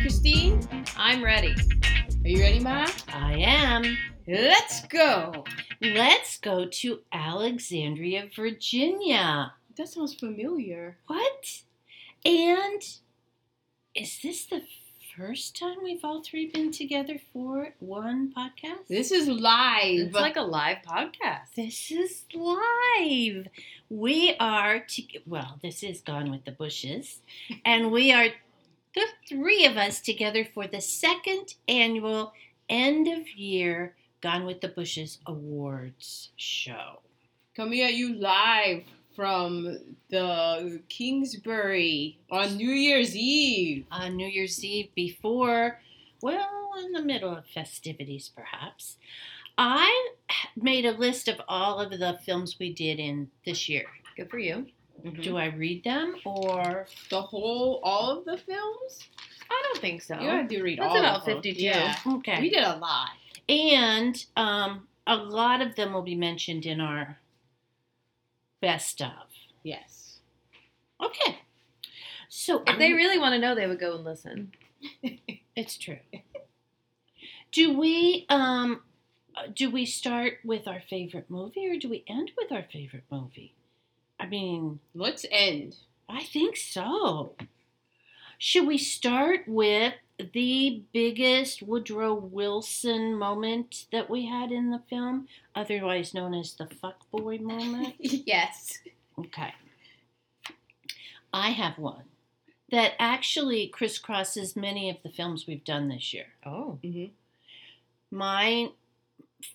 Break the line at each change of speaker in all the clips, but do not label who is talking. Christine, I'm ready. Are you ready, Ma?
I am.
Let's go.
Let's go to Alexandria, Virginia.
That sounds familiar.
What? And is this the first time we've all three been together for one podcast?
This is live.
It's like a live podcast.
This is live. We are to well, this is Gone with the Bushes, and we are the three of us together for the second annual end of year Gone with the Bushes Awards show.
Coming at you live from the Kingsbury on New Year's Eve.
On New Year's Eve, before, well, in the middle of festivities, perhaps, I made a list of all of the films we did in this year.
Good for you.
Do I read them or
The whole, all of the films?
I don't think so.
You had to read
That's
all of
about
them.
52.
Yeah.
okay?
We did a lot.
And um, a lot of them will be mentioned in our best of.
Yes.
Okay. So
If they really want to know, they would go and listen.
it's true. do we um, uh, do we start with our favorite movie or do we end with our favorite movie? I mean,
Let's end.
I think so. Should we start with the biggest Woodrow Wilson moment that we had in the film, otherwise known as the fuckboy moment?
yes.
Okay. I have one that actually crisscrosses many of the films we've done this year.
Oh.
My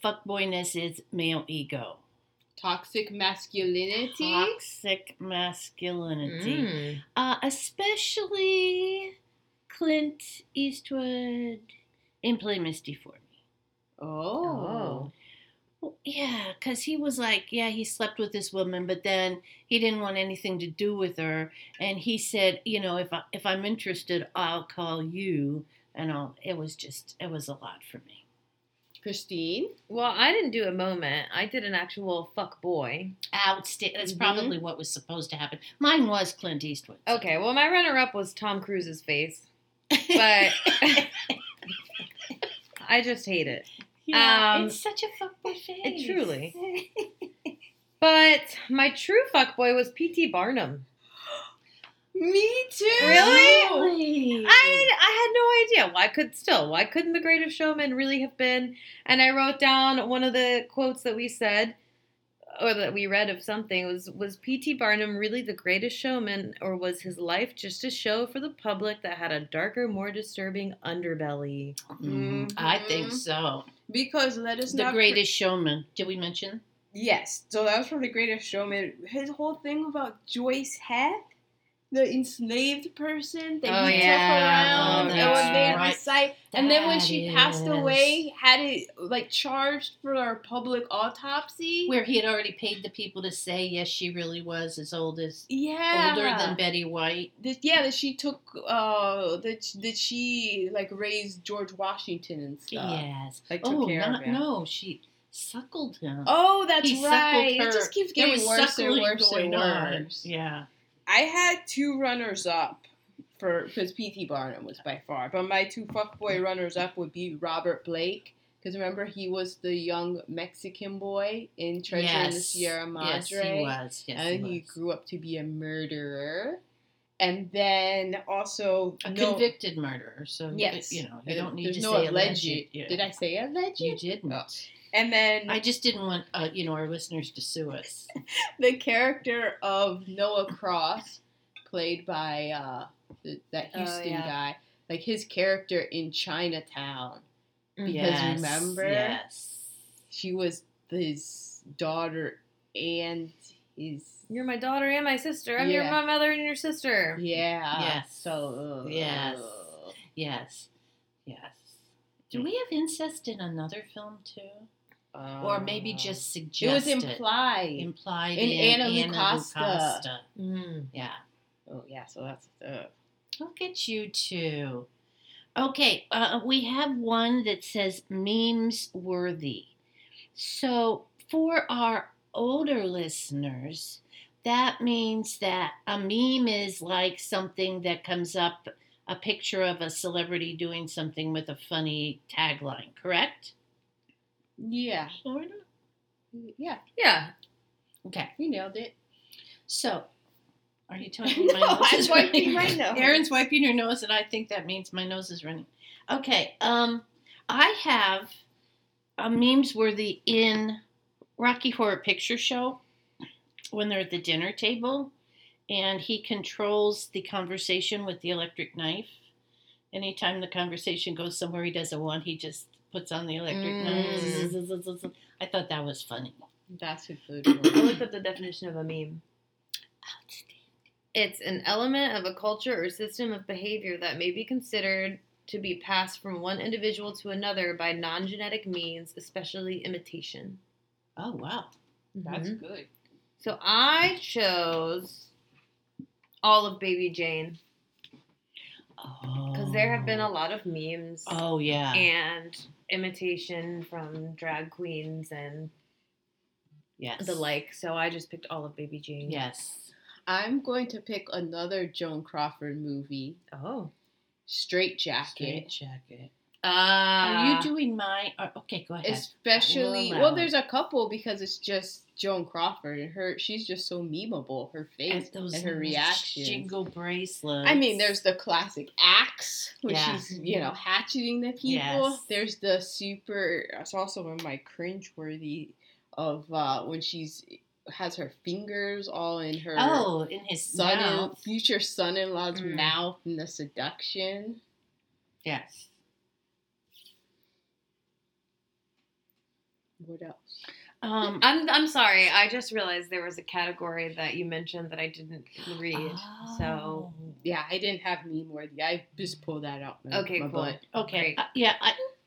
fuckboyness is male ego,
Toxic masculinity.
Uh-huh. toxic
Mm.
masculinity, uh, especially Clint Eastwood in Play Misty for Me.
Oh.
Well, Yeah, because he was like, yeah, he slept with this woman, but then he didn't want anything to do with her, and he said, you know, if I, if I'm interested, I'll call you, and I'll. It was just, it was a lot for me.
Christine.
Well, I didn't do a moment. I did an actual fuck boy.
Outstanding. That's
Mhm.
probably what was supposed to happen. Mine was Clint Eastwood.
Okay, well, my runner up was Tom Cruise's face, but I just hate it.
yeah,
um,
it's such a fuckboy face.
It truly. But my true fuck boy was P.T. Barnum.
Me too.
Really?
Really?
I I had no idea. Why could still? Why couldn't the Greatest Showman really have been? And I wrote down one of the quotes that we said, or that we read of something was was P.T. Barnum really the Greatest Showman, or was his life just a show for the public that had a darker, more disturbing underbelly?
Mm, I think so.
Because let us
The
Mm-hmm. not
Greatest Showman. Did we mention?
Yes, so that was from The Greatest Showman. His whole thing about Joyce Heth, the enslaved person that
Oh,
he
yeah.
took around and
Oh,
was
that's
made
right.
recite. and then when
That
she passed
is-
away, had it like charged for a public autopsy.
where he had already paid the people to say yes she really was as old as
yeah,
older than betty white
That- yeah, that she took. Uh, that that she like raised George Washington and stuff.
yes
Like took
oh
care
not,
of him.
no she suckled him
Oh, that's
He suckled
right.
her.
It just keeps
There
getting
was
worse and
suckling
worse and
going on.
worse.
yeah
I had two runners up for because P.T. Barnum was by far, but my two fuckboy runners up would be Robert Blake because remember he was the young Mexican boy in Treasure in the
Yes.
Sierra
yes
Madre, Oh,
he was yes
and he,
he was
grew up to be a murderer, and then also
a
no-
convicted murderer so
Yes.
you know you don't need
There's
to
no
say
alleged.
alleged, Yeah.
Did I say alleged?
you didn't
Oh. And then
i just didn't want uh, you know our listeners to sue us
the character of Noah Cross, played by uh, th- that
Oh,
Houston
yeah.
guy, like his character in Chinatown,
Mhm.
Because
yes.
remember-
yes
she was his daughter and his
You're my daughter and my sister. I'm
Yeah.
your my mother and your sister.
yeah
Yes.
so uh,
Yes. yes yes
Mm.
do we have incest in another film too
uh,
or maybe just suggested.
it was implied.
Implied
In
in,
Anna
Anna,
Lucasta.
Lucasta.
Mm.
Yeah.
oh yeah, so that's uh,
Look at you two. Okay, uh, we have one that says memes worthy. So for our older listeners, that means that a meme is like something that comes up a picture of a celebrity doing something with a funny tagline, correct?
Yeah.
Florida?
Yeah.
Yeah.
Okay.
You nailed it.
So, are you telling me my
no,
nose
I'm
is running?
wiping right now.
Erin's wiping her nose, and I think that means my nose is running. Okay, um, I have a memes worthy in Rocky Horror Picture Show when they're at the dinner table, and he controls the conversation with the electric knife. Anytime the conversation goes somewhere he doesn't want, he just puts on the electric knife. I thought that was funny.
That's a good
I
one.
looked up the definition of a meme. It's an element of a culture or system of behavior that may be considered to be passed from one individual to another by non genetic means, especially imitation.
Oh wow,
That's
Mm-hmm.
Mhm.
good.
So I chose all of Baby Jane because there have been a lot of memes
Oh yeah.
and imitation from drag queens and
yes.
the like. So I just picked all of Baby Jane.
Yes.
I'm going to pick another Joan Crawford movie,
Oh.
Straight
Straight
Jacket.
jacket.
Uh,
Are you doing my? uh, okay, go ahead.
Especially,
We'll allow
well,
it.
there's a couple because it's just Joan Crawford and her. She's just so memeable. Her face and, her reaction.
Jingle bracelets.
I mean, there's the classic axe, which
Yeah.
she's you know hatcheting the people.
Yes.
There's the super. It's also in my cringeworthy of uh, when she's has her fingers all in her
Oh, in his
son in,
mouth.
future son-in-law's
Mm.
mouth and the seduction.
Yes.
What else?
Um.
I'm I'm sorry. I just realized there was a category that you mentioned that I didn't read. So
oh,
Yeah, I didn't have meme worthy. I just pulled that out. my-
okay,
my
cool.
butt.
okay.
Great.
Uh, yeah.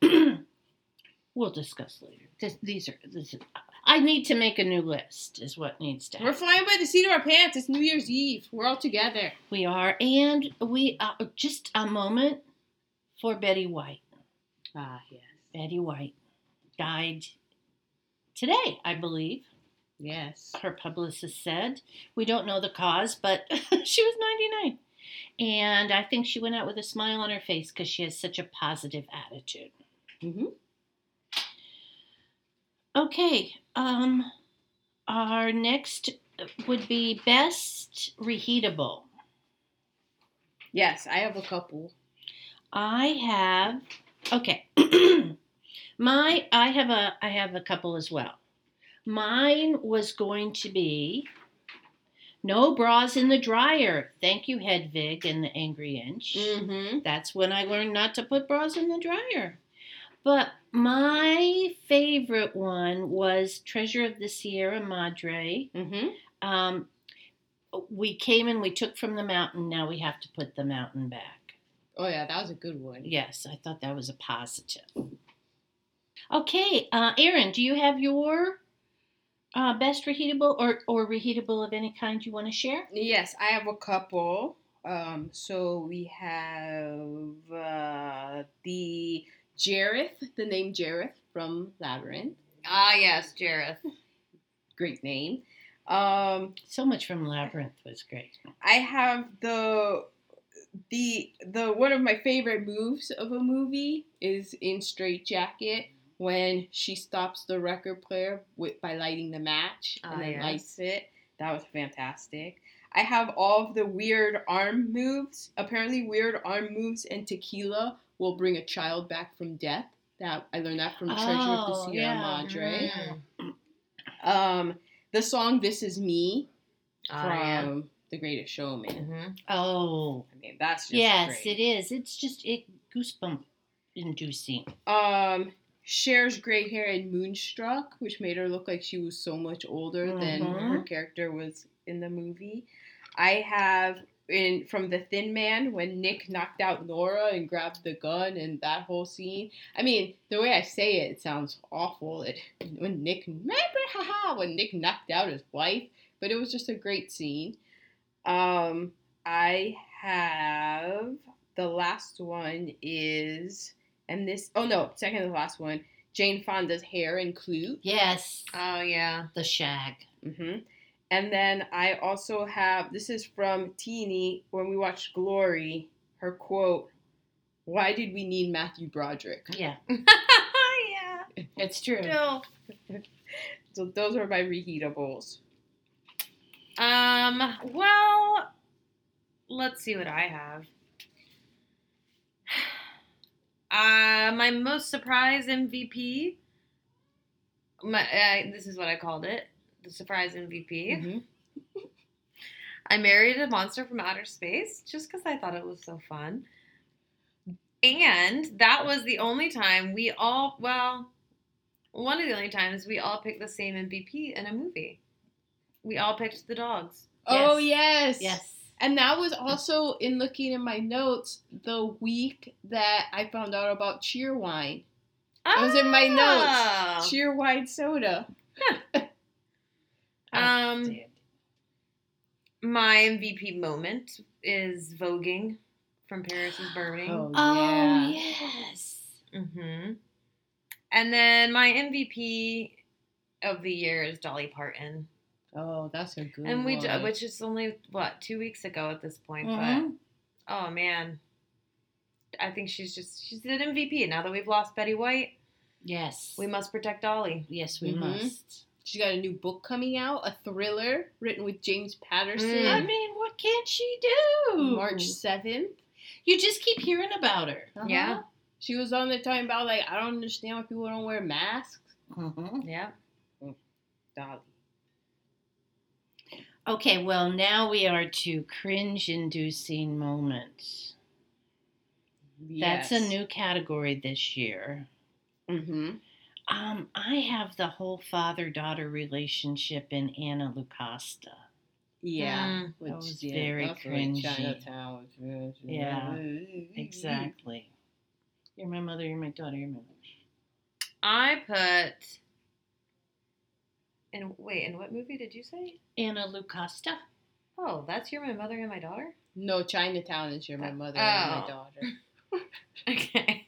I, we'll discuss later. This, these are. This is, I need to make a new list. Is what needs to.
We're
happen.
flying by the seat of our pants. It's New Year's Eve. We're all together.
We are, and we are just a moment for Betty White.
Ah, yes.
Betty White died today, I believe.
Yes.
Her publicist said. We don't know the cause, but she was 99. And I think she went out with a smile on her face because she has such a positive attitude.
Mhm.
Okay, um, our next would be best reheatable.
Yes, I have a couple.
I have okay. My I have a I have a couple as well. Mine was going to be no bras in the dryer. Thank you, Hedvig and the Angry Inch.
Mm-hmm.
That's when I learned not to put bras in the dryer. But my favorite one was Treasure of the Sierra Madre.
Mm-hmm.
Um, we came and we took from the mountain. Now we have to put the mountain back.
Oh yeah, that was a good one.
Yes, I thought that was a positive. Okay, uh, Erin, do you have your uh, best reheatable or, or reheatable of any kind you want to share?
Yes, I have a couple. Um, so we have uh, the Jareth, the name Jareth from Labyrinth.
Ah yes, Jareth.
Great name. Um,
So much from Labyrinth was great.
I have the the the one of my favorite moves of a movie is in Straight Jacket when she stops the record player with by lighting the match
Ah,
and then
yes.
lights it. That was fantastic. I have all of the weird arm moves. Apparently, weird arm moves and tequila will bring a child back from death. That I learned that from Treasure of the
Oh,
Sierra
yeah.
Madre.
Mm-hmm.
Mm.
Um, the song "This Is Me" from
Ah, yeah.
The Greatest Showman.
Mhm.
Oh,
I mean, that's just
yes,
great.
it is. It's just it goosebump inducing.
Um, Cher's gray hair in Moonstruck, which made her look like she was so much older than
Mhm.
her character was in the movie. I have in from The Thin Man when Nick knocked out Nora and grabbed the gun and that whole scene. I mean, the way I say it, it sounds awful. It, when Nick remember, haha, when Nick knocked out his wife, but it was just a great scene. Um, I have the last one is and this oh no second to last one jane fonda's hair and clue
Yes,
Oh yeah.
Uh, the shag.
hmm and then i also have this is from teeny when we watched glory her quote, Why did we need Matthew Broderick?
Yeah,
yeah.
it's true.
No.
So those are my reheatables.
Um, well, let's see what I have. Uh, my most surprise MVP. My uh, this is what I called it, the surprise MVP.
Mhm.
I married a monster from outer space just because I thought it was so fun. And that was the only time we all, well, one of the only times we all picked the same MVP in a movie. We all picked the dogs.
Oh yes.
Yes.
And that was also in looking in my notes the week that I found out about Cheerwine. That was in my
Ah!
notes. Cheerwine soda. oh,
Um, my MVP moment is voguing from Paris is Burning.
Oh yes.
Mm-hmm. And then my MVP of the year is Dolly Parton.
Oh, that's a good
and we
one.
ju- which is only what two weeks ago at this point
Mhm.
but oh man i think she's just she's an mvp now that we've lost betty white
Yes.
we must protect dolly
yes, we
Mhm.
must.
She's got a new book coming out, a thriller written with James
I
Patterson.
Mm.
mean, what can she do?
March 7th.
You just keep hearing about her.
Yeah.
She was on there talking about, like, I don't understand why people don't wear masks.
Mhm.
yeah
Dolly.
Okay, well, now we are to cringe inducing moments. That's a new category this year.
Mm-hmm.
Um, I have the whole father daughter relationship in Anna Lucasta.
Yeah.
Mm.
Which
That was
yeah,
very
that's what
cringy.
Chinatown was good.
Yeah,
Mm-hmm.
Exactly. You're my mother, you're my daughter, you're my mother.
i put and wait and what movie did you say
Anna Lucasta?
oh that's you're my mother and my daughter
No, Chinatown is your my mother and my
Oh.
daughter.
okay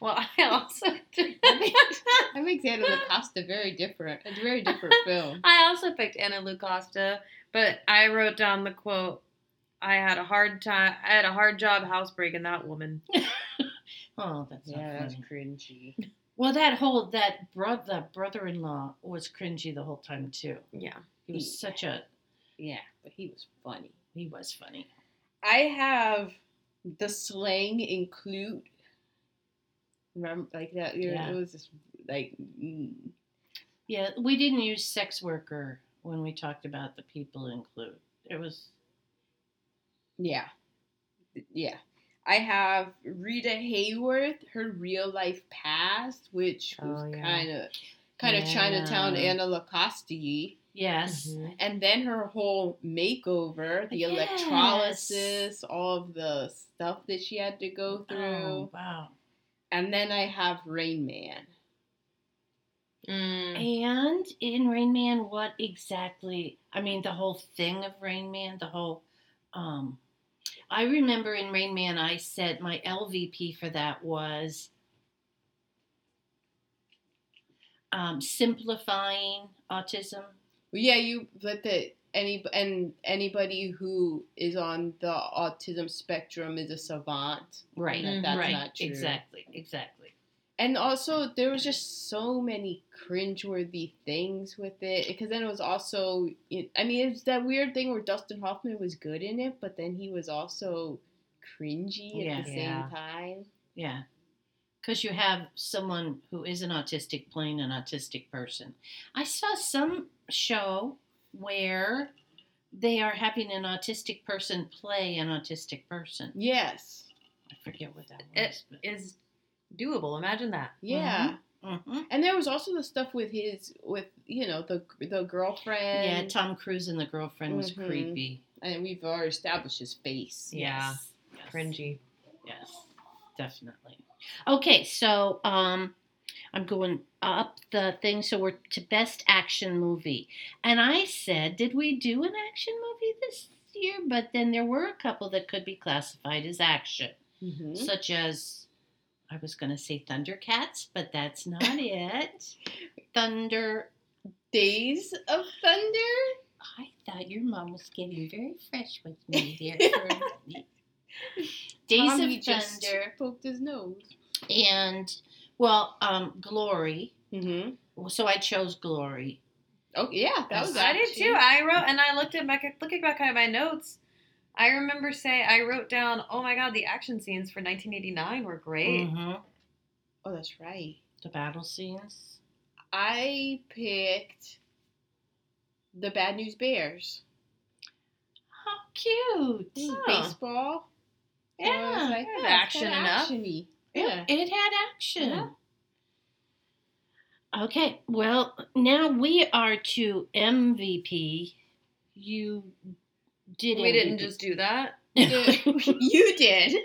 well i also
That makes Anna Costa very different. It's a very different film.
I also picked Anna Lucasta, but I wrote down the quote. I had a hard time. I had a hard job housebreaking that woman.
Oh, that's not funny.
cringy.
Well, that whole that bro- the brother-in-law was cringy the whole time too.
Yeah.
He was such a
Yeah, but he was funny.
he was funny.
I have the slang include. Remember, like that. you know,
Yeah.
It was just like mm,
Yeah, we didn't use sex worker when we talked about the people include. It was
yeah, yeah. I have Rita Hayworth, her real life past, which was
Oh, yeah.
kind of kind of
Yeah.
Chinatown Anna Lacoste,
yes.
Mhm.
and then her whole makeover, the
Yes.
electrolysis, all of the stuff that she had to go through,
Oh, wow.
and then I have Rain Man.
Mm.
And in Rain Man, what exactly? I mean, the whole thing of Rain Man, the whole. Um, I remember in Rain Man, I said my LVP for that was um, simplifying autism.
Well, Yeah, you but the any and anybody who is on the autism spectrum is a savant.
Right.
That-
Mm-hmm.
that's
right.
not true.
Exactly. Exactly.
And also, there was just so many cringeworthy things with it. Because then it was also, I mean, it's that weird thing where Dustin Hoffman was good in it, but then he was also cringy at
Yeah.
the same
Yeah.
time.
Yeah. Because you have someone who is an autistic playing an autistic person. I saw some show where they are having an autistic person play an autistic person.
Yes.
I forget what that was.
It is doable. Imagine that.
Yeah.
but, Mhm.
And there was also the stuff with his, with you know, the the girlfriend.
Yeah, Tom Cruise and the girlfriend was
Mhm.
creepy.
and we've already established his face.
Yeah.
Yes. Yes.
Cringy.
Yes, definitely. Okay, so um, I'm going up the thing. So we're to best action movie, and I said, did we do an action movie this year? But then there were a couple that could be classified as action,
Mhm.
such as I was going to say Thundercats, but that's not it. Thunder.
Days of Thunder.
I thought your mom was getting very fresh with me there for a minute. Days
Tommy
of
just
Thunder,
poked his nose.
and well, um, Glory.
Mm-hmm.
So I chose Glory.
Oh yeah, that was.
I did too. I wrote and I looked at my looking back at my notes. I remember saying I wrote down, "Oh my god, the action scenes for 1989 were great."
Mhm.
Oh, that's right.
The battle scenes.
I picked the Bad News Bears.
How cute!
This is
Oh.
baseball. And I was
Yeah,
like,
yeah,
"Oh, it's
action
kinda
enough."
action-y."
Yeah,
Yeah.
it had action.
Yeah.
Okay, well, now we are to MVP. You did
We didn't
MVP.
just do that.
Yeah, you did.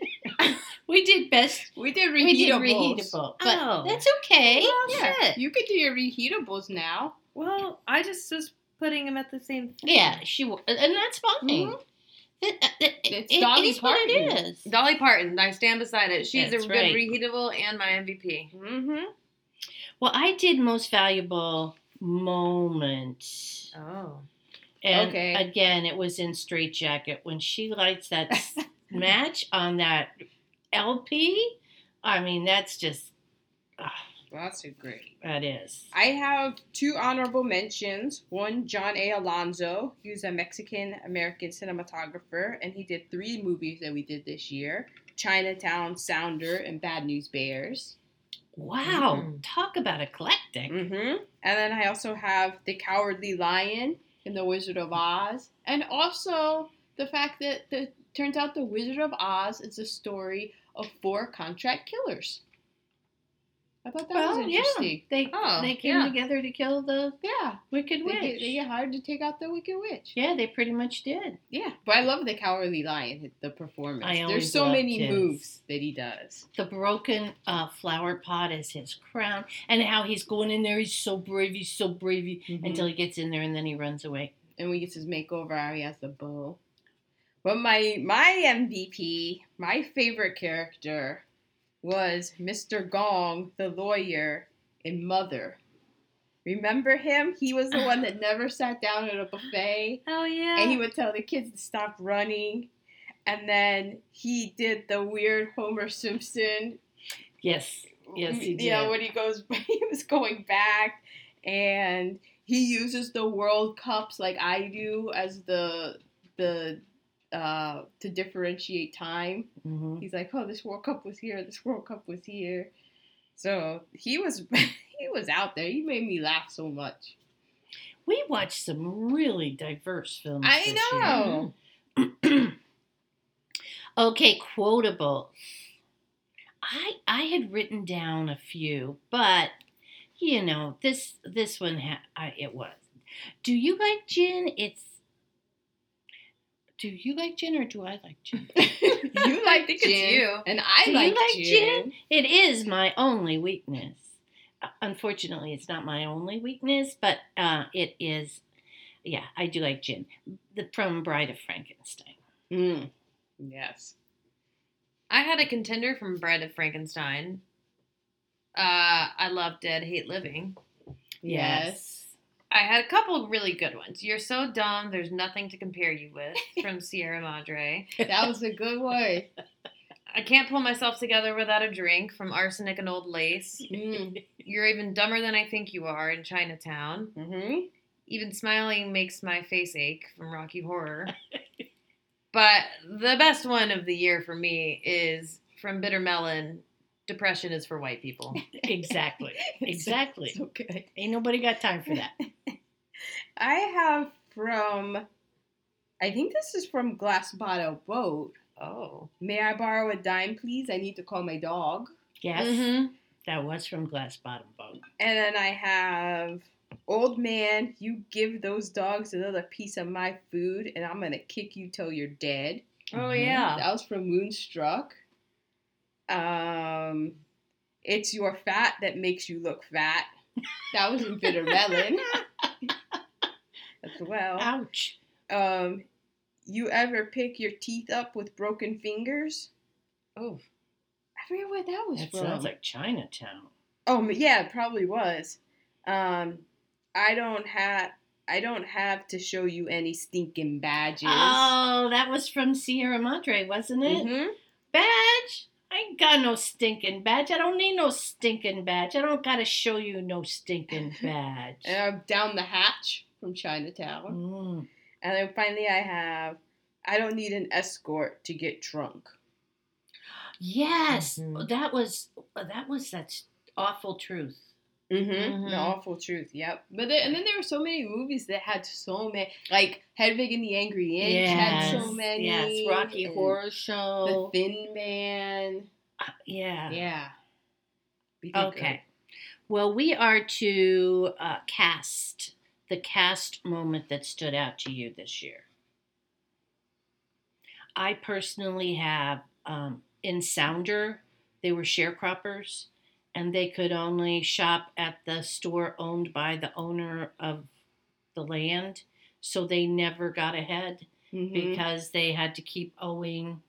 we did best.
We did reheatables.
We did reheatable, but
Oh.
that's okay.
Well,
Yeah,
shit.
you could do your reheatables now.
Well, I just was putting them at the same.
Yeah, she wa- and that's fine.
Mm-hmm.
Mhm.
It- it-
It's
it
Dolly
is what it
Parton.
is.
Dolly Parton. I stand beside it. She's
That's
a
right.
good reheatable and my MVP.
Mm-hmm.
Well, I did most valuable moment.
Oh,
And
Okay.
again, it was in Straight Jacket when she lights that s- match on that LP. I mean, that's just ah,
That's a great.
that is.
I have two honorable mentions. One, John A. Alonso. He was a Mexican American cinematographer, and he did three movies that we did this year Chinatown, Sounder, and Bad News Bears.
Wow,
Mm.
talk about eclectic.
hmm And then I also have The Cowardly Lion and The Wizard of Oz. And also the fact that the turns out The Wizard of Oz is the story of four contract killers. I thought that
Well,
was
yeah.
interesting.
They
Oh,
they came
yeah.
together to kill the
yeah.
Wicked
They
Witch.
get, they get hired to take out the Wicked Witch.
yeah, they pretty much did.
Yeah, but I love the Cowardly Lion, the performance.
I
There's
always
so
loved
many
his.
moves that he does.
The broken uh, flower pot is his crown, and how he's going in there. He's so brave. He's so brave. he-
Mhm.
Until he gets in there, and then he runs away.
And when he gets his makeover, how he has the bow. But my my MVP, my favorite character, was Mr. Gong, the lawyer in Mother. Remember him? He was the one that never sat down at a buffet.
hell yeah!
and he would tell the kids to stop running. And then he did the weird Homer Simpson.
Yes, Yes, he
You know,
did.
when he goes, he was going back, and he uses the World Cups like I do as the the uh, to differentiate time.
hmm
He's like, oh, this World Cup was here. This World Cup was here. So he was he was out there. He made me laugh so much.
we watched some really diverse films.
I
this year.
know.
okay, quotable. I I had written down a few, but you know this this one ha- I, it was. Do you like gin? It's. Do you like gin or do I like gin?
you
I
like
think it's
gin,
you.
and I
Do you
like,
like
gin.
gin? It is my only weakness. Uh, Unfortunately, it's not my only weakness, but uh, it is. Yeah, I do like gin. The from Bride of Frankenstein.
Mm. Yes.
I had a contender from Bride of Frankenstein. Uh, I loved Dead Hate Living.
Yes.
I had a couple really good ones. You're so dumb. There's nothing to compare you with from Sierra Madre.
that was a good one.
I can't pull myself together without a drink from Arsenic and Old Lace.
Mm.
You're even dumber than I think you are in Chinatown.
hmm
Even smiling makes my face ache from Rocky Horror. but the best one of the year for me is from Bitter Melon. Depression is for white people.
Exactly. Exactly.
So good.
Ain't nobody got time for that.
I have from, I think this is from Glass Bottle Boat.
Oh.
May I borrow a dime, please? I need to call my dog.
Yes,
Mhm.
that was from Glass Bottom Boat.
And then I have, Old man, you give those dogs another piece of my food, and I'm gonna kick you till you're dead.
Oh
Mhm.
yeah.
That was from Moonstruck. Um, it's your fat that makes you look fat. That was in Bitter Melon as
Oh. Ah,
well.
Ouch.
Um, you ever pick your teeth up with broken fingers?
Oh.
I forget where that was
That
from.
sounds like Chinatown.
oh m- yeah, it probably was. Um, I don't have. I don't have to show you any stinking badges.
Oh, that was from Sierra Madre, wasn't it?
Mhm.
badge. I ain't got no stinking badge. I don't need no stinking badge. I don't gotta show you no stinking badge.
And I'm Uh, down the hatch from Chinatown.
Mm.
And then finally, I have I don't need an escort to get drunk.
Yes,
Mm-hmm.
Oh,
Mhm.
that was that was such awful truth.
Mm-hmm.
Mhm.
The awful truth. Yep. But there, and then there were so many movies that had so many, like Hedwig and the Angry Inch had so
Yes,
many.
Yes, Rocky
and
Horror
The
Show.
Thin Man.
Uh, yeah.
Yeah. We did
Okay. Well, we are to uh, cast the cast moment that stood out to you this year. I personally have um, in Sounder, they were sharecroppers and they could only shop at the store owned by the owner of the land. So they never got ahead
good. Mhm.
because they had to keep owing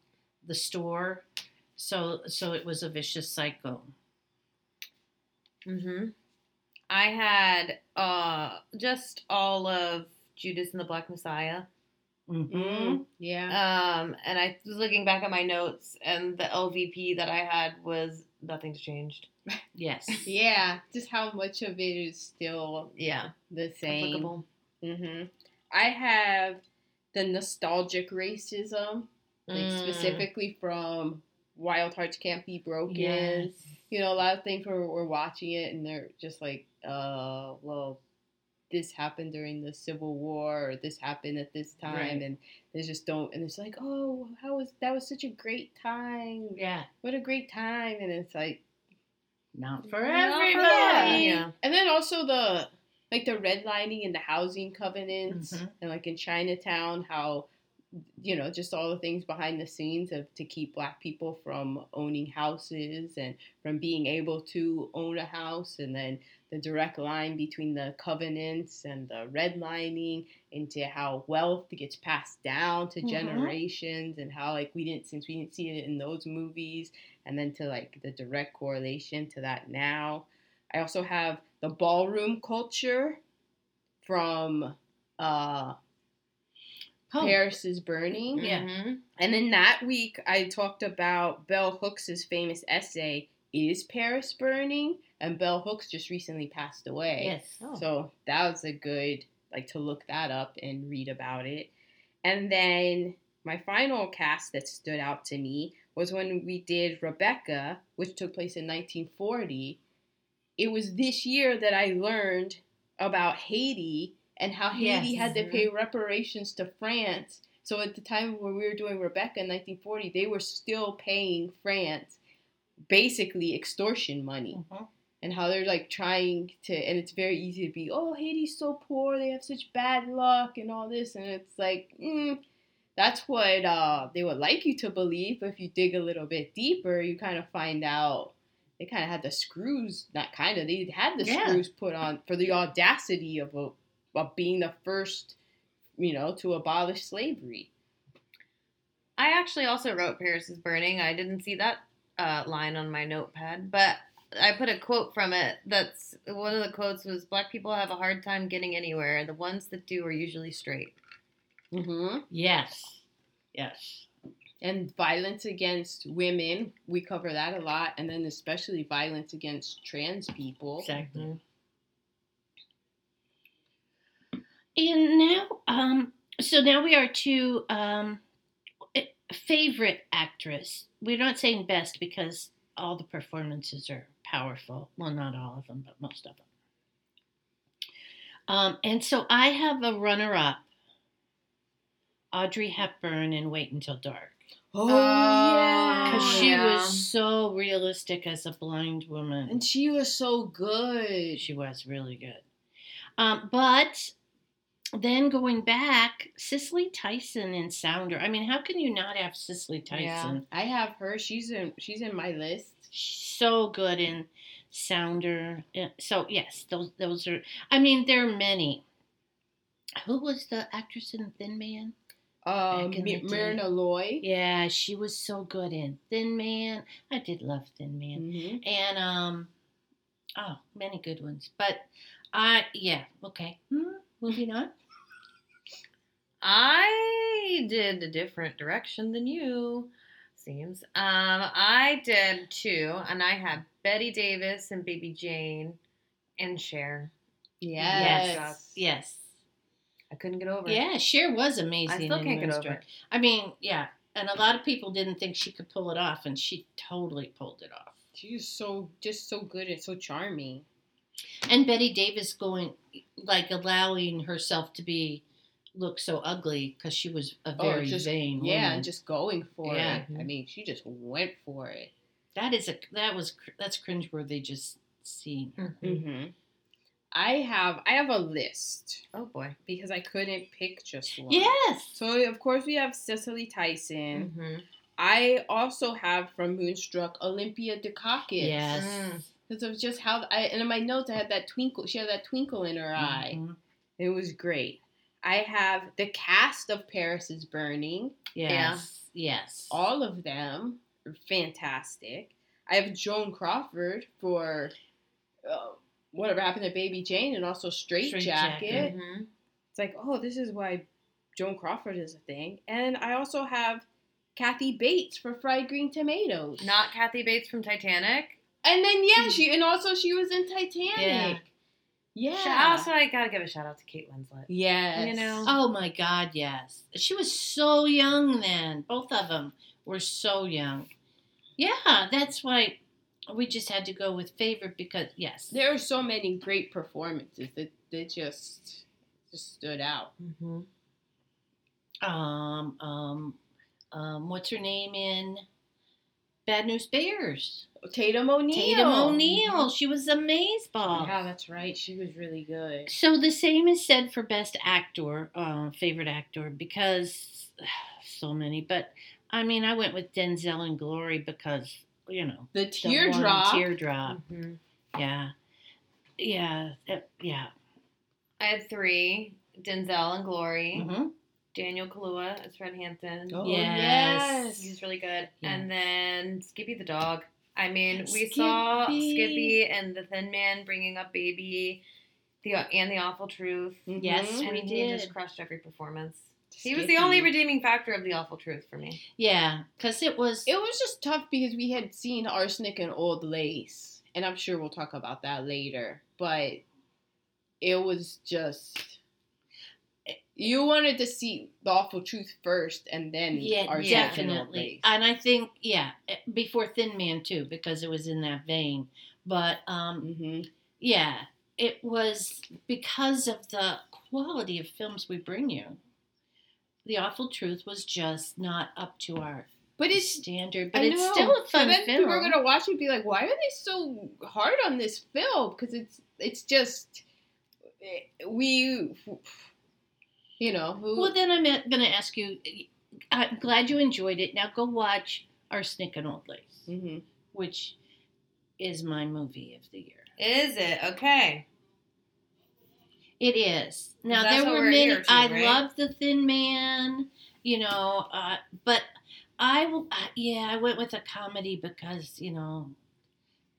the store. So, so it was a vicious cycle.
Mm-hmm. I had uh just all of Judas and the Black Messiah.
Mhm.
Mm,
Uh,
yeah.
Um, and I was looking back at my notes, and the LVP that I had was nothing's changed.
Yes.
Yeah. Just how much of it is still
Yeah,
the same.
applicable.
hmm I have the nostalgic racism, like
Mm.
specifically from Wild Hearts Can't Be Broken.
Yes.
You know, a lot of things where we're watching it and they're just like, uh, well, this happened during the Civil War or this happened at this time.
Right.
And they just don't, and it's like, oh, how was that was such a great time.
Yeah.
What a great time. And it's like,
Not for
for
everybody.
everybody.
Yeah.
And then also the like the redlining and the housing covenants
Mhm.
and like in Chinatown how you know just all the things behind the scenes of to keep black people from owning houses and from being able to own a house and then the direct line between the covenants and the redlining into how wealth gets passed down to
Mhm.
generations and how like we didn't since we didn't see it in those movies and then to like the direct correlation to that now I also have the ballroom culture from uh,
Oh,
Paris is Burning.
Yeah.
Mhm.
And then that week, I talked about Bell Hooks' famous essay, Is Paris Burning? And Bell Hooks just recently passed away.
Yes.
So that was a good like to look that up and read about it. And then my final cast that stood out to me was when we did Rebecca, which took place in 1940. It was this year that I learned about Haiti and how Haiti
Yes.
had to pay reparations to France. So at the time when we were doing Rebecca in 1940, they were still paying France basically extortion money
Mhm.
and how they're like trying to and it's very easy to be oh haiti's so poor they have such bad luck and all this and it's like mm, that's what uh, they would like you to believe but if you dig a little bit deeper you kind of find out they kind of had the screws not kind of they had the
Yeah.
screws put on for the audacity of, a, of being the first you know to abolish slavery
I actually also wrote Paris is Burning. I didn't see that uh, line on my notepad, but I put a quote from it. That's one of the quotes was Black people have a hard time getting anywhere. The ones that do are usually straight.
mm-hmm.
Yes. Yes.
and violence against women we cover that a lot and then especially violence against trans people
Exactly.
Mhm.
And now, um, so now we are to um, eh, favorite actress. We're not saying best because all the performances are powerful. Well, not all of them, but most of them. Um, and so I have a runner-up, Audrey Hepburn in Wait Until Dark.
Oh,
yeah.
Because
Oh,
she
yeah.
was so realistic as a blind woman.
and she was so good.
She was really good. Um, but then going back, Cicely Tyson in Sounder. I mean, how can you not have Cicely
Yeah.
Tyson?
I have her. She's in. She's in my list.
She's so good in Sounder. Yeah, So yes, those those are. I mean, there are many. Who was the actress in Thin Man?
Um,
Back in
Mi-
the day.
Myrna Loy.
Yeah, she was so good in Thin Man. I did love Thin Man.
Mhm.
and um oh many good ones but i yeah okay hmm, moving on
I did a different direction than you. seems. Um, I did too, and I had Betty Davis and Baby Jane and Cher.
Yes.
Yes.
Yes.
I couldn't get over it.
Yeah, Cher was amazing.
I still
in
can't get over
Moonstruck.
it.
I mean, yeah, and a lot of people didn't think she could pull it off, and she totally pulled it off.
She's so just so good and so charming.
And Betty Davis going, like, allowing herself to be look so ugly because she was a
Oh,
very
just-
vain woman.
Yeah, and just going for
Yeah.
it. I mean, she just went for it.
that is a that was cr- that's cringeworthy just seeing. her.
Mhm.
Mm-hmm. I have I have a list
Oh boy.
because I couldn't pick just one.
Yes.
So of course we have Cicely Tyson.
Mm.
Mm-hmm.
I also have from Moonstruck Olympia Dukakis.
Yes.
Mm.
Because of just how I and in my notes I had that twinkle. She had that twinkle in her
Mm-hmm.
eye.
Mhm.
It was great. I have the cast of Paris is Burning.
Yes. Yes.
All of them are fantastic. I have Joan Crawford for uh, whatever happened to Baby Jane and also Straight,
Straight
Jacket.
Jacket.
Mm-hmm.
It's like, oh, this is why Joan Crawford is a thing. And I also have Kathy Bates for Fried Green Tomatoes.
Not Hmm. Kathy Bates from Titanic.
And then yeah, she and also she was in Titanic. Yeah.
Sh- Also, I gotta give a shout out to Kate Winslet.
yes.
You know.
Um,
Oh my God, yes. She was so young then. Both of them were so young. Yeah, that's why we just had to go with favorite because, yes.
there are so many great performances that that just just stood out.
Mm-hmm.
Um, um, um, what's her name in Bad News Bears?
Tatum O'Neill.
Tatum O'Neill. She was amazeball.
Yeah, that's right. She was really good.
So the same is said for best actor, uh, favorite actor, because so many. But I mean, I went with Denzel and Glory because, you know.
The
The one
teardrop.
Teardrop.
Mm-hmm.
Yeah. Yeah. that- yeah.
I had three: Denzel and Glory,
Mhm.
Daniel Kaluuya as Fred Hampton.
Mm-hmm. Oh,
Yes.
He's really good.
Yeah.
And then Skippy the dog. I mean, we
Skippy.
saw Skippy and the Thin Man bringing up Baby, the and the Awful Truth.
Mhm.
Yes.
And
Mm, We
he
did.
just crushed every performance. He was the only
Skippy.
redeeming factor of the Awful Truth for me.
Yeah. Because it was.
It was just tough because we had seen arsenic and old lace, and I'm sure we'll talk about that later. But it was just you wanted to see the awful truth first, and then
yeah,
arsenic and old
definitely. Um,
lace.
And I think, yeah, eh, before Thin Man too, because it was in that vein. But um,
hmm
yeah, it was because of the quality of films we bring you. The Awful Truth was just not up to our
But it's
standard,
I
but it's
know.
still a fun
But then
film.
people are gonna watch it and be like, why are they so hard on this film? Because it's it's just eh, we, you know, who
Well, then I'm going to ask you. eh, I'm glad you enjoyed it. Now go watch Arsenic and Old Lace,
Mhm.
which is my movie of the year.
Is it okay?
It is. Now
That's
there
what
were
we're
many.
here to,
I
right?
love the Thin Man. You know, uh, but I will. Uh, yeah, I went with a comedy because you know.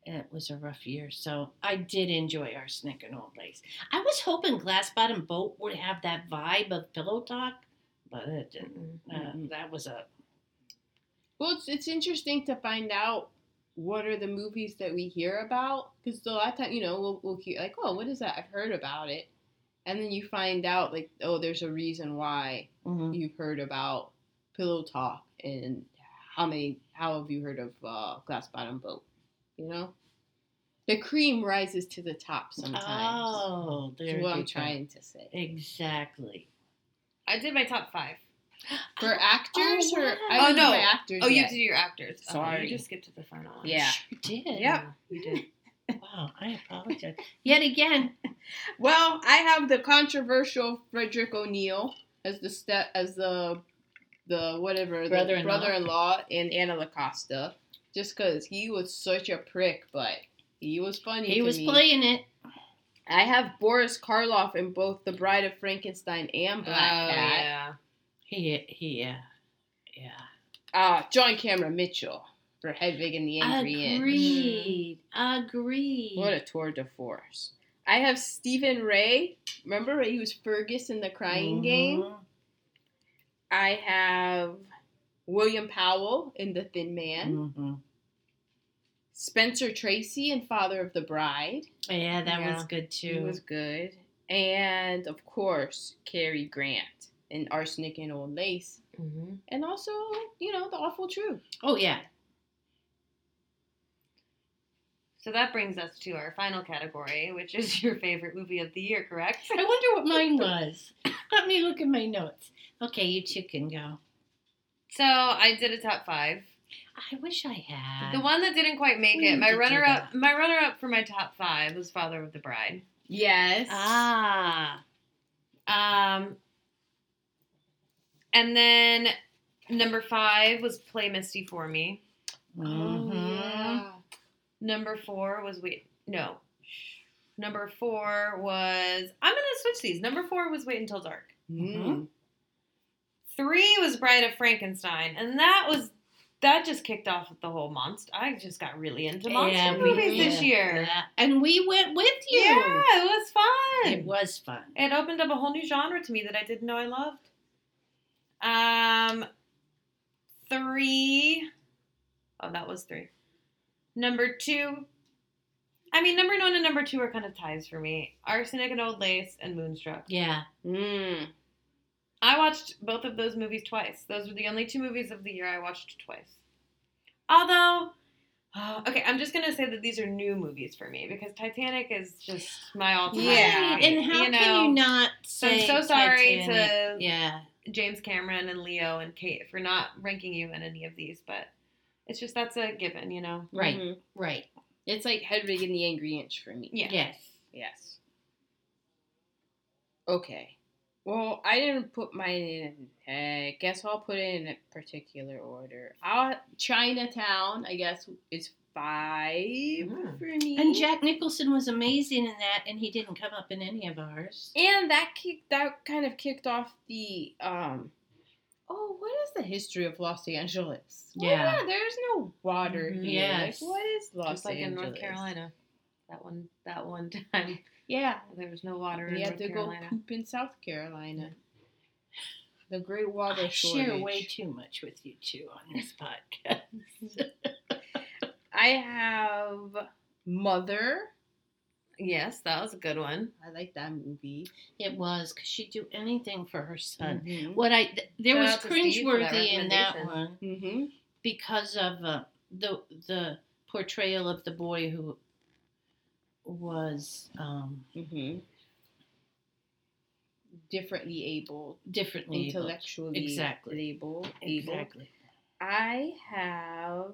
It was a rough year, so I did enjoy Arsenic and Old Lace. I was hoping Glass Bottom Boat would have that vibe of Pillow Talk, but it didn't. Uh,
Mhm.
that was a
Well, it's it's interesting to find out what are the movies that we hear about because a lot of time, you know, we'll we'll hear like, oh, what is that? I've heard about it, and then you find out like, oh, there's a reason why
Mm-hmm.
you've heard about Pillow Talk and how many how have you heard of uh, Glass Bottom Boat? You know, the cream rises to the top sometimes.
Oh,
is
there
what
you
I'm
go.
trying to say
Exactly.
I did my top five.
for actors or
wow.
I
Oh,
don't do
no.
my actors.
Oh, you
yet.
have to do your actors. Oh,
Sorry.
you just skipped to the final one.
Yeah.
Sure did.
Yeah, you did.
Wow, I apologize. Yet again.
Well, I have the controversial Frederick O'Neill as the step as the the whatever the
Brother-in-law.
brother-in-law and Anna LaCosta, just because he was such a prick, but he was funny.
He
to
was
me.
playing it.
I have Boris Karloff in both The Bride of Frankenstein and
Oh,
Black Cat.
yeah.
He, he, yeah. Yeah.
Uh, John Cameron Mitchell for Hedwig and the Angry Inch.
Agreed. Agreed.
What a tour de force. I have Stephen Ray. Remember
Mm-hmm.
he was Fergus in The Crying Game.
Mhm.
I have William Powell in The Thin Man,
Mm-hmm.
Mhm.
Spencer Tracy in Father of the Bride.
Yeah, that
Yeah.
was good
She
too.
was good. And of course, Cary Grant in Arsenic and Old Lace.
Mm-hmm.
And also, you know, The Awful Truth.
oh yeah,
So that brings us to our final category, which is your favorite movie of the year, correct?
I wonder what mine was. Let me look at my notes. Okay, you two can go.
So I did a top five.
I wish I had.
The one that didn't quite make
We
it,
need to
my
do
runner up,
that.
my runner up for my top five was Father of the Bride.
Yes.
Ah,
Um, and then number five was Play Misty for Me.
Mm-hmm.
Oh,
Mhm.
yeah.
Number four was wait, no. Number four was I'm gonna switch these. Number four was Wait Until Dark.
Mm.
Three was Bride of Frankenstein, and that was that just kicked off the whole monster. I just got really into monster
Yeah, we
movies this
did.
year.
Yeah, and we went with you.
Yeah, it was fun.
It was fun.
It opened up a whole new genre to me that I didn't know I loved. Um, three. Oh, that was three. Number two. I mean, number one and number two are kind of ties for me. Arsenic and Old Lace and Moonstruck.
Yeah.
Mm.
I watched both of those movies twice. Those were the only two movies of the year I watched twice. Although, oh, okay, I'm just gonna say that these are new movies for me because Titanic is just my all-time.
Yeah.
Right, And how can you not
So I'm
say?
so sorry
Titanic?
to
Yeah.
James Cameron and Leo and Kate for not ranking you in any of these, but it's just that's a given, you know.
Right.
Mhm.
Right.
It's like Hedwig and the Angry Inch for me.
Yeah.
Yes.
Yes. Okay. Well, I didn't put mine in. I guess I'll put it in a particular order. I'll, Chinatown, I guess, is five
Mm.
for me.
And Jack Nicholson was amazing in that, and he didn't come up in any of ours.
And that kicked that kind of kicked off the um oh what is the history of Los Angeles? Well,
Yeah. Mm-hmm.
there's no water
Mhm.
here.
Yes.
Like what is Los
Just like in
Angeles?
North Carolina. That one that one time
Yeah.
there was no water in
we had
North
to
Carolina.
go poop in South Carolina. The great water
I
shortage.
share way too much with you two on this podcast.
I have Mother.
Yes, that was a good one.
I like that movie.
It was because she'd do anything for her son.
Mhm.
What I th- there
Mm-hmm. Shout
was
out to Steve for that
cringeworthy in that
recommendation.
one
Mhm.
because of uh, the the portrayal of the boy who was um,
Mhm. Differently able,
differently able.
intellectually
Exactly.
able, able.
Exactly.
I have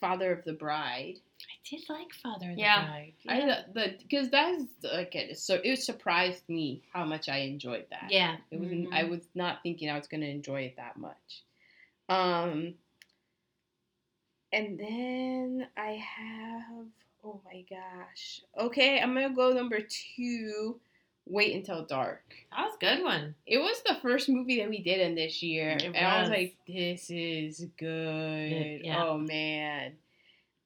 Father of the Bride.
I did like Father of
Yeah.
the Bride.
I the because that's like it, so it surprised me how much I enjoyed that.
Yeah. Mm-hmm.
It was I was not thinking I was going to enjoy it that much. Um and then I have oh my gosh. Okay, I'm going to go number 2, Wait Until Dark.
That was a good one.
It was the first movie that we did in this year,
It
and I was
was.
like, "This is good.
Yeah.
Oh man!"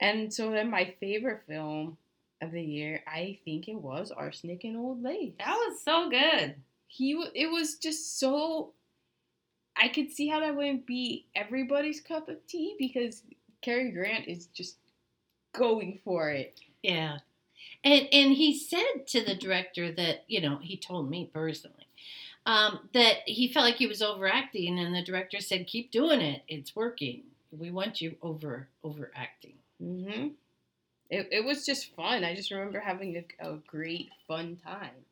And so then, my favorite film of the year, I think it was *Arsenic and Old Lace*.
That was so good.
he. wa- It was just so. I could see how that wouldn't be everybody's cup of tea because Cary Grant is just going for it.
Yeah. And and he said to the director that, you know, he told me personally, um, that he felt like he was overacting and the director said, Keep doing it. It's working. We want you over overacting.
hmm It, it was just fun. I just remember having a, a great, fun time.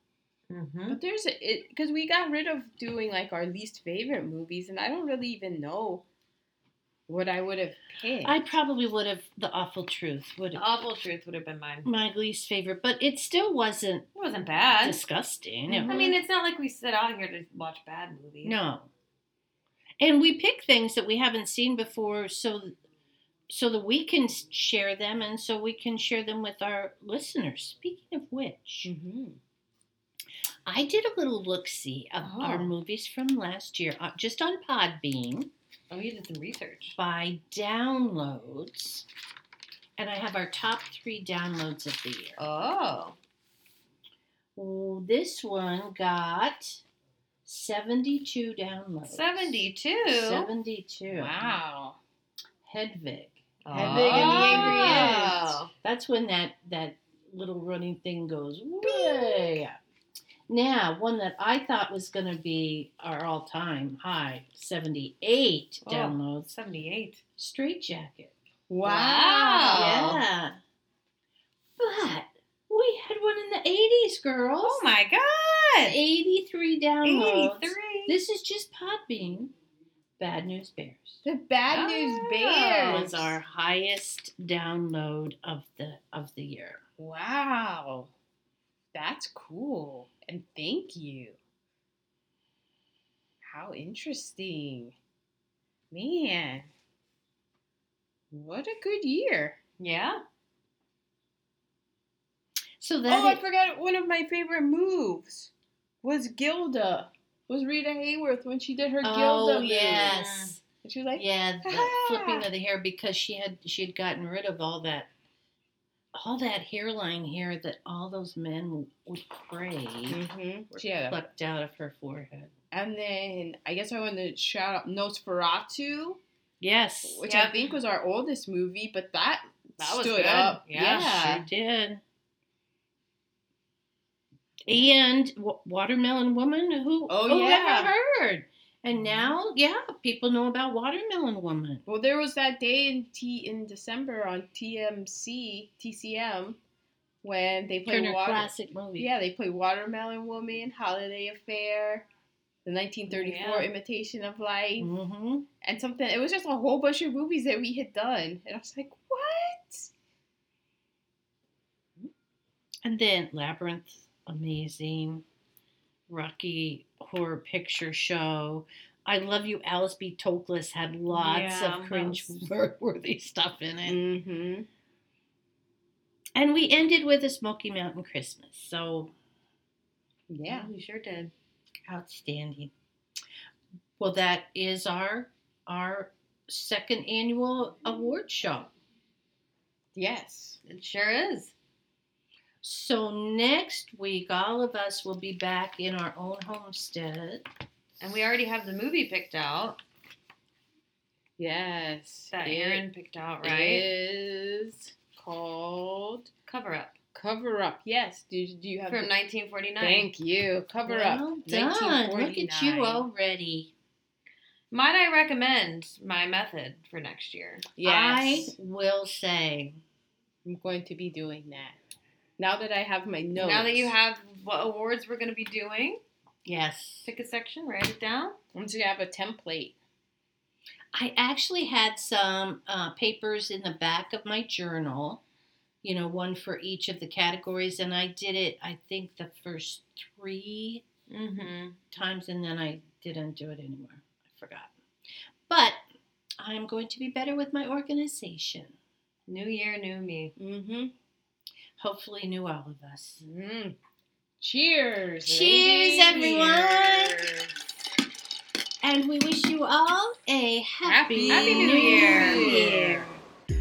Mm-hmm.
But there's a, it because we got rid of doing like our least favorite movies, and I don't really even know what I would have picked.
I probably would have the awful truth would have
Awful Truth would have been mine. It
my least favorite, but it still wasn't
wasn't bad.
disgusting. It
I mean, it's not like we sit out here to watch bad movies.
No. And we pick things that we haven't seen before so so that we can s- share them and so we can share them with our listeners. Speaking of
Mm.
which,
Mhm.
I did a little look see of our
Oh.
movies from last year uh, just on Podbean
Oh, you did some research.
by downloads. And I have our top 3 downloads of the year.
Oh.
This one got 72 downloads.
72?
72.
Wow.
Hedvig.
Hedwig and the Angry
Oh.
That's when that that little running thing goes way up. Now, one that I thought was going to be our all-time high, 78
Oh.
downloads.
78.
Straight Jacket.
Wow. Oh.
Yeah. But we had one in the 80s, girls.
Oh my god.
83 downloads.
83.
This is just Podbean. Bad News Bears.
The Bad News
Oh.
Bears.
was our highest download of the of the year.
Wow. That's cool. And thank you. How interesting. Man. What a good year.
Yeah.
So
oh,
that
I forgot one of my favorite moves was Gilda. Was Rita Hayworth when she did her Gilda
oh
move.
yes,
And she was like,
yeah, the
Ah.
flipping of the hair because she had she had gotten rid of all that all that hairline hair that all those men would crave
mm-hmm. She had a
plucked out of her forehead.
And then I guess I want to shout out Nosferatu,
Yes,
which I
Yep.
think was our oldest movie, but that,
That was
stood
good.
up.
Yeah.
she did. And w- Watermelon Woman, who
Oh,
who
yeah.
ever heard? And now, yeah, people know about Watermelon Woman.
Well, there was that day in T in December on TMC TCM when they played
Turner
water.
classic movie.
Yeah, they played Watermelon Woman, Holiday Affair, the 1934
Yeah.
Imitation of Life,
hmm
and something. It was just a whole bunch of movies that we had done, and I was like, "What?"
And then Labyrinth, amazing. Rocky Horror Picture Show. I Love You, Alice B. Toklas had lots
Yeah,
of
that
cringe worthy stuff in it.
Mm-hmm.
And we ended with a Smoky Mountain Christmas. So
Yeah.
we sure did.
Outstanding. Well, that is our our second annual award show.
Yes.
It sure is.
So next week, all of us will be back in our own homestead.
And we already have the movie picked out
Yes.
that
It
Aaron picked out, right?
Is called
Cover Up
Cover Up. Yes. Do, do you have
from
the-
1949.
Thank you. Cover
well
Up.
done. Look at you
1949.
already.
Might I recommend my method for next year?
I
Yes.
will say.
I, am going to be doing that. Now that I have my notes.
Now that you have what awards we're going to be doing,
Yes.
pick a section, write it down.
I'm just gonna have a template.
I actually had some uh, papers in the back of my journal, you know, one for each of the categories, and I did it, I think, the first three
Mm-hmm.
times and then I didn't do it anymore. I forgot. But I'm going to be better with my organization.
New year, new me.
Mm-hmm.
Hopefully, knew all of us.
Mm. Cheers.
Cheers,
ladies.
everyone. And we wish you all a happy,
Happy New Year.
Year.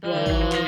Bye.